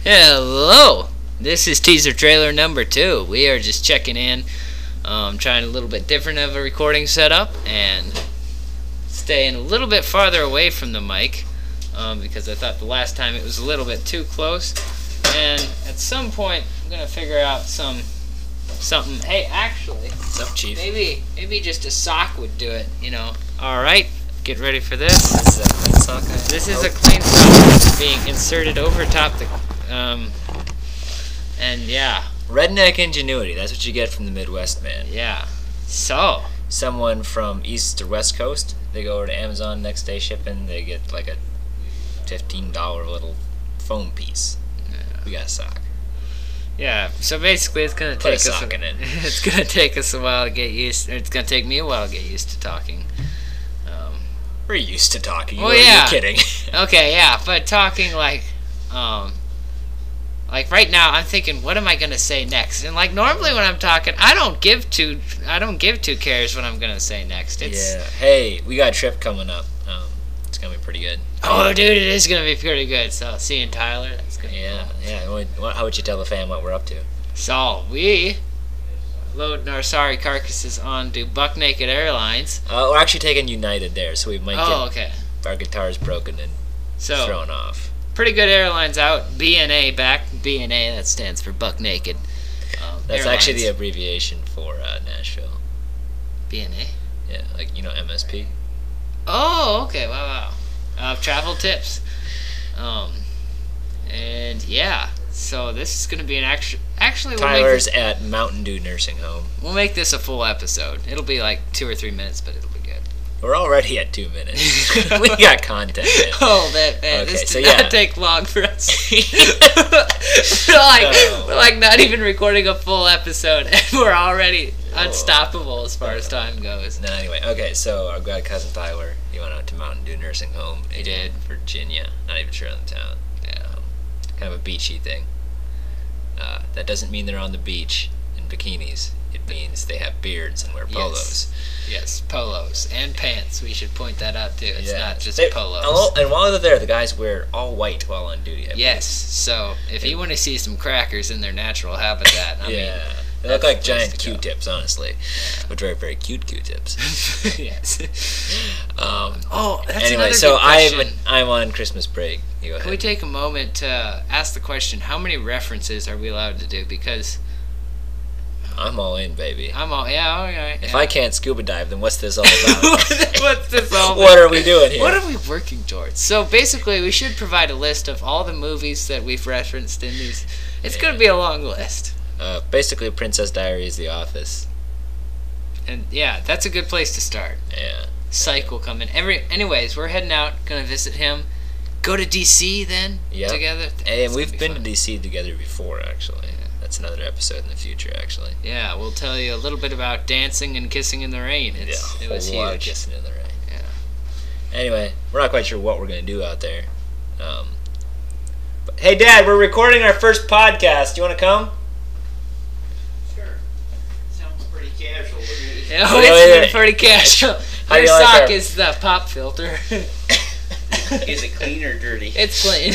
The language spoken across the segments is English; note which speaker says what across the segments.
Speaker 1: Hello! This is teaser trailer number two. We are just checking in, um, trying a little bit different of a recording setup, and staying a little bit farther away from the mic um, because I thought the last time it was a little bit too close. And at some point, I'm gonna figure out some something. Hey, actually,
Speaker 2: What's up, Chief?
Speaker 1: maybe maybe just a sock would do it. You know. All right, get ready for this.
Speaker 2: This is a clean sock I-
Speaker 1: This is
Speaker 2: Oh,
Speaker 1: a clean sock that's being inserted over top the. Um, and yeah,
Speaker 2: redneck ingenuity. That's what you get from the Midwest man.
Speaker 1: yeah. So,
Speaker 2: Someone from East or West Coast, they go over to Amazon next day shipping. They get like a fifteen dollar little foam piece. We got a sock.
Speaker 1: yeah. So basically, it's gonna
Speaker 2: Put a
Speaker 1: take us.
Speaker 2: sock in it.
Speaker 1: it's gonna take us a while to get used. Or it's gonna take me a while to get used to talking. Um,
Speaker 2: We're used to talking.
Speaker 1: Oh,
Speaker 2: What are you
Speaker 1: yeah.
Speaker 2: kidding?
Speaker 1: okay, yeah. But talking like, um, like right now, I'm thinking, what am I gonna say next? And like normally when I'm talking, I don't give two. I don't give two cares what I'm gonna say next. It's
Speaker 2: yeah. Hey, we got a trip coming up. Um, it's gonna be pretty good.
Speaker 1: Oh, dude, it is gonna be pretty good. So seeing Tyler, that's gonna be
Speaker 2: Yeah,
Speaker 1: cool.
Speaker 2: yeah. What, what, how would you tell the fam what we're up to?
Speaker 1: So we loading our sorry carcasses onto Buck Naked Airlines.
Speaker 2: Uh, we're actually taking United there, so we might
Speaker 1: Oh,
Speaker 2: get
Speaker 1: okay.
Speaker 2: our guitars broken and
Speaker 1: So
Speaker 2: thrown off.
Speaker 1: pretty good airlines out. B and A back. B and A that stands for Buck Naked. Um,
Speaker 2: That's actually the abbreviation for uh, Nashville.
Speaker 1: B and A.
Speaker 2: Yeah, like you know MSP.
Speaker 1: Oh, okay. Wow, wow. Uh, travel tips. Um, and yeah. So this is gonna be an actual. Actually, we'll make
Speaker 2: Tyler's at Mountain Dew Nursing Home.
Speaker 1: we'll make this a full episode. It'll be like two or three minutes, but it'll be good.
Speaker 2: We're already at two minutes. we got content. man.
Speaker 1: Oh, that man,
Speaker 2: Okay,
Speaker 1: this did
Speaker 2: so yeah.
Speaker 1: not take long for us. we're like,
Speaker 2: No.
Speaker 1: we're like not even recording a full episode, and we're already
Speaker 2: Oh.
Speaker 1: unstoppable as far as time goes.
Speaker 2: No, anyway, okay. So our god cousin Tyler, he went out to Mountain Dew Nursing Home. He
Speaker 1: did.
Speaker 2: Virginia. Not even sure on the town.
Speaker 1: Yeah.
Speaker 2: Um, kind of a beachy thing. Uh, that doesn't mean they're on the beach in bikinis. It means they have beards and wear
Speaker 1: Yes.
Speaker 2: polos.
Speaker 1: Yes, polos and pants. We should point that out too. It's not just
Speaker 2: They-
Speaker 1: polos.
Speaker 2: although- And while they're there, the guys wear all white while on duty. I believe.
Speaker 1: Yes, so if you want to see some crackers in their natural habitat, I
Speaker 2: yeah.
Speaker 1: mean,
Speaker 2: they
Speaker 1: that's
Speaker 2: look
Speaker 1: the
Speaker 2: like
Speaker 1: place
Speaker 2: giant
Speaker 1: to go.
Speaker 2: Q-tips, honestly, which are very cute Q-tips.
Speaker 1: yes.
Speaker 2: Um,
Speaker 1: Oh, that's
Speaker 2: anyway,
Speaker 1: another
Speaker 2: so
Speaker 1: good question.
Speaker 2: I'm I'm on Christmas break. You go
Speaker 1: Can
Speaker 2: ahead.
Speaker 1: we take a moment to ask the question how many references are we allowed to do? Because
Speaker 2: I'm all in, baby.
Speaker 1: I'm all, yeah, all right.
Speaker 2: If
Speaker 1: yeah.
Speaker 2: I can't scuba dive, then what's this all about?
Speaker 1: What's this all
Speaker 2: what are we doing here?
Speaker 1: What are we working towards? So basically, we should provide a list of all the movies that we've referenced in these. It's going to be a long list.
Speaker 2: uh, basically, Princess Diaries, The Office.
Speaker 1: And yeah, that's a good place to start.
Speaker 2: Yeah.
Speaker 1: Psych will come in. Every, anyways, we're heading out, going to visit him. Go to D.C. then
Speaker 2: Yep.
Speaker 1: together.
Speaker 2: And we've been to DC together before, actually. That's another episode in the future, actually.
Speaker 1: Yeah, we'll tell you a little bit about dancing and kissing in the rain. It's,
Speaker 2: yeah,
Speaker 1: it was
Speaker 2: a lot of
Speaker 1: huge.
Speaker 2: kissing in the rain.
Speaker 1: Yeah.
Speaker 2: Anyway, we're not quite sure what we're gonna do out there. Um, but, hey, Dad, we're recording our first podcast. You want to come?
Speaker 3: Sure. Sounds pretty casual to me.
Speaker 1: Yeah,
Speaker 2: Oh,
Speaker 1: it's
Speaker 2: yeah,
Speaker 1: been
Speaker 2: yeah.
Speaker 1: pretty casual.
Speaker 2: How do
Speaker 1: Your
Speaker 2: you like
Speaker 1: sock
Speaker 2: our-
Speaker 1: is the pop filter.
Speaker 3: Is it clean or dirty?
Speaker 1: It's clean.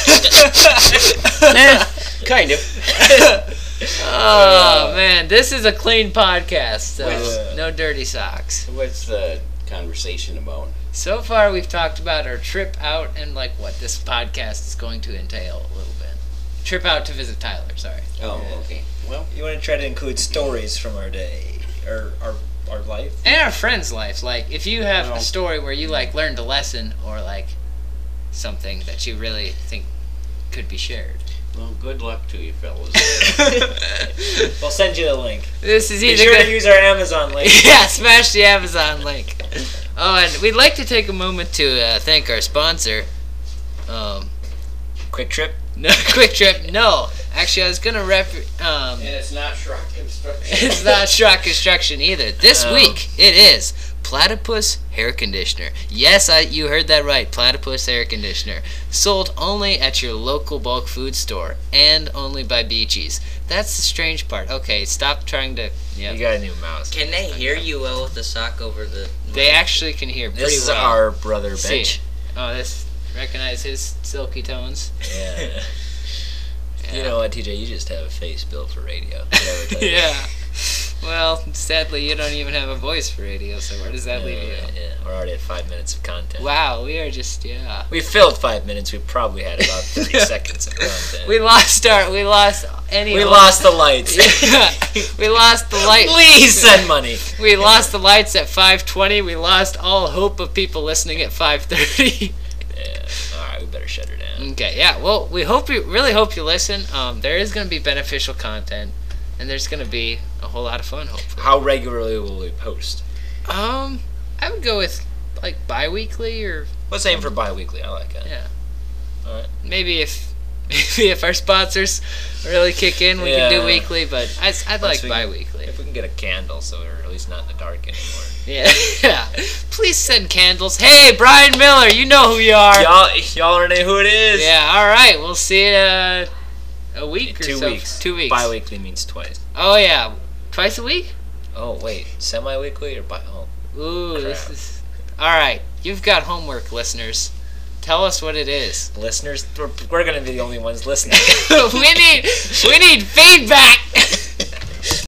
Speaker 1: Our-
Speaker 2: Eh, kind of.
Speaker 1: oh man, this is a clean podcast, so
Speaker 2: What's-
Speaker 1: no dirty socks.
Speaker 3: What's the conversation about?
Speaker 1: So far, we've talked about our trip out and like what this podcast is going to entail a little bit. Trip out to visit Tyler. Sorry.
Speaker 3: Oh, okay. Well,
Speaker 2: You want to try to include stories from our day or our our life?
Speaker 1: and our friends' life. Like, if you have a
Speaker 3: Well-
Speaker 1: story where you like learned a lesson or like something that you really think could be shared.
Speaker 3: well, good luck to you fellas.
Speaker 1: this
Speaker 2: We'll send you the link.
Speaker 1: is
Speaker 2: Be
Speaker 1: either
Speaker 2: sure
Speaker 1: good.
Speaker 2: to use our Amazon link.
Speaker 1: yeah, smash the Amazon link. Oh, and we'd like to take a moment to uh, thank our sponsor. Um,
Speaker 2: Quick trip.
Speaker 1: no, Quick Trip. No, actually, I was gonna rep. Um,
Speaker 3: and it's not Shrock Construction.
Speaker 1: it's not Shrock Construction either. This
Speaker 2: Oh.
Speaker 1: week it is Platypus Hair Conditioner. Yes, I, you heard that right. Platypus Hair Conditioner. Sold only at your local bulk food store and only by Beachies. That's the strange part. Okay, stop trying to.
Speaker 2: You
Speaker 1: Yeah.
Speaker 2: got a new mouse.
Speaker 4: Can they hear you well with the sock over the?
Speaker 1: They actually can hear pretty
Speaker 2: This is
Speaker 1: well.
Speaker 2: our brother
Speaker 1: See.
Speaker 2: Bench.
Speaker 1: Oh, this. Recognize his silky tones.
Speaker 2: Yeah. You
Speaker 1: Yeah.
Speaker 2: know what, TJ? You just have a face built for radio. Never touch it.
Speaker 1: yeah. Well, sadly, you don't even have a voice for radio, so where does that
Speaker 2: Yeah,
Speaker 1: leave you?
Speaker 2: Yeah, we're already at five minutes of content.
Speaker 1: Wow, we are just yeah.
Speaker 2: We filled five minutes. We probably had about thirty seconds of content.
Speaker 1: We lost our we lost any.
Speaker 2: We lost the lights.
Speaker 1: Yeah. we lost the light.
Speaker 2: Please send money.
Speaker 1: We lost the lights at 5:20. We lost all hope of people listening at 5:30.
Speaker 2: Yeah. All right, we better shut her down.
Speaker 1: okay, yeah. Well, we hope you really hope you listen. Um, there is going to be beneficial content, and there's going to be a whole lot of fun. Hopefully.
Speaker 2: How regularly will we post?
Speaker 1: Um, I would go with like bi-weekly or
Speaker 2: Let's aim for bi-weekly. I like that.
Speaker 1: yeah.
Speaker 2: Alright.
Speaker 1: Maybe if maybe if our sponsors really kick in, we can
Speaker 2: Yeah.
Speaker 1: do weekly. But I I'd
Speaker 2: Once
Speaker 1: like
Speaker 2: we-
Speaker 1: bi-weekly.
Speaker 2: If we can get a candle, so we're at least not in the dark anymore.
Speaker 1: Yeah. yeah. Please send candles. Hey, Brian Miller, you know who you are.
Speaker 2: y'all, y'all already know who it is.
Speaker 1: Yeah, all right. We'll see you uh, a
Speaker 2: In
Speaker 1: week or
Speaker 2: two
Speaker 1: so.
Speaker 2: weeks.
Speaker 1: Two weeks.
Speaker 2: Bi-weekly means twice.
Speaker 1: Oh yeah, twice a week.
Speaker 2: Oh wait, semi-weekly or bi? Oh,
Speaker 1: Ooh, this
Speaker 2: Crap.
Speaker 1: is. All right, you've got homework, listeners. Tell us what it is.
Speaker 2: listeners, we're, we're gonna be the only ones listening.
Speaker 1: we need we need feedback.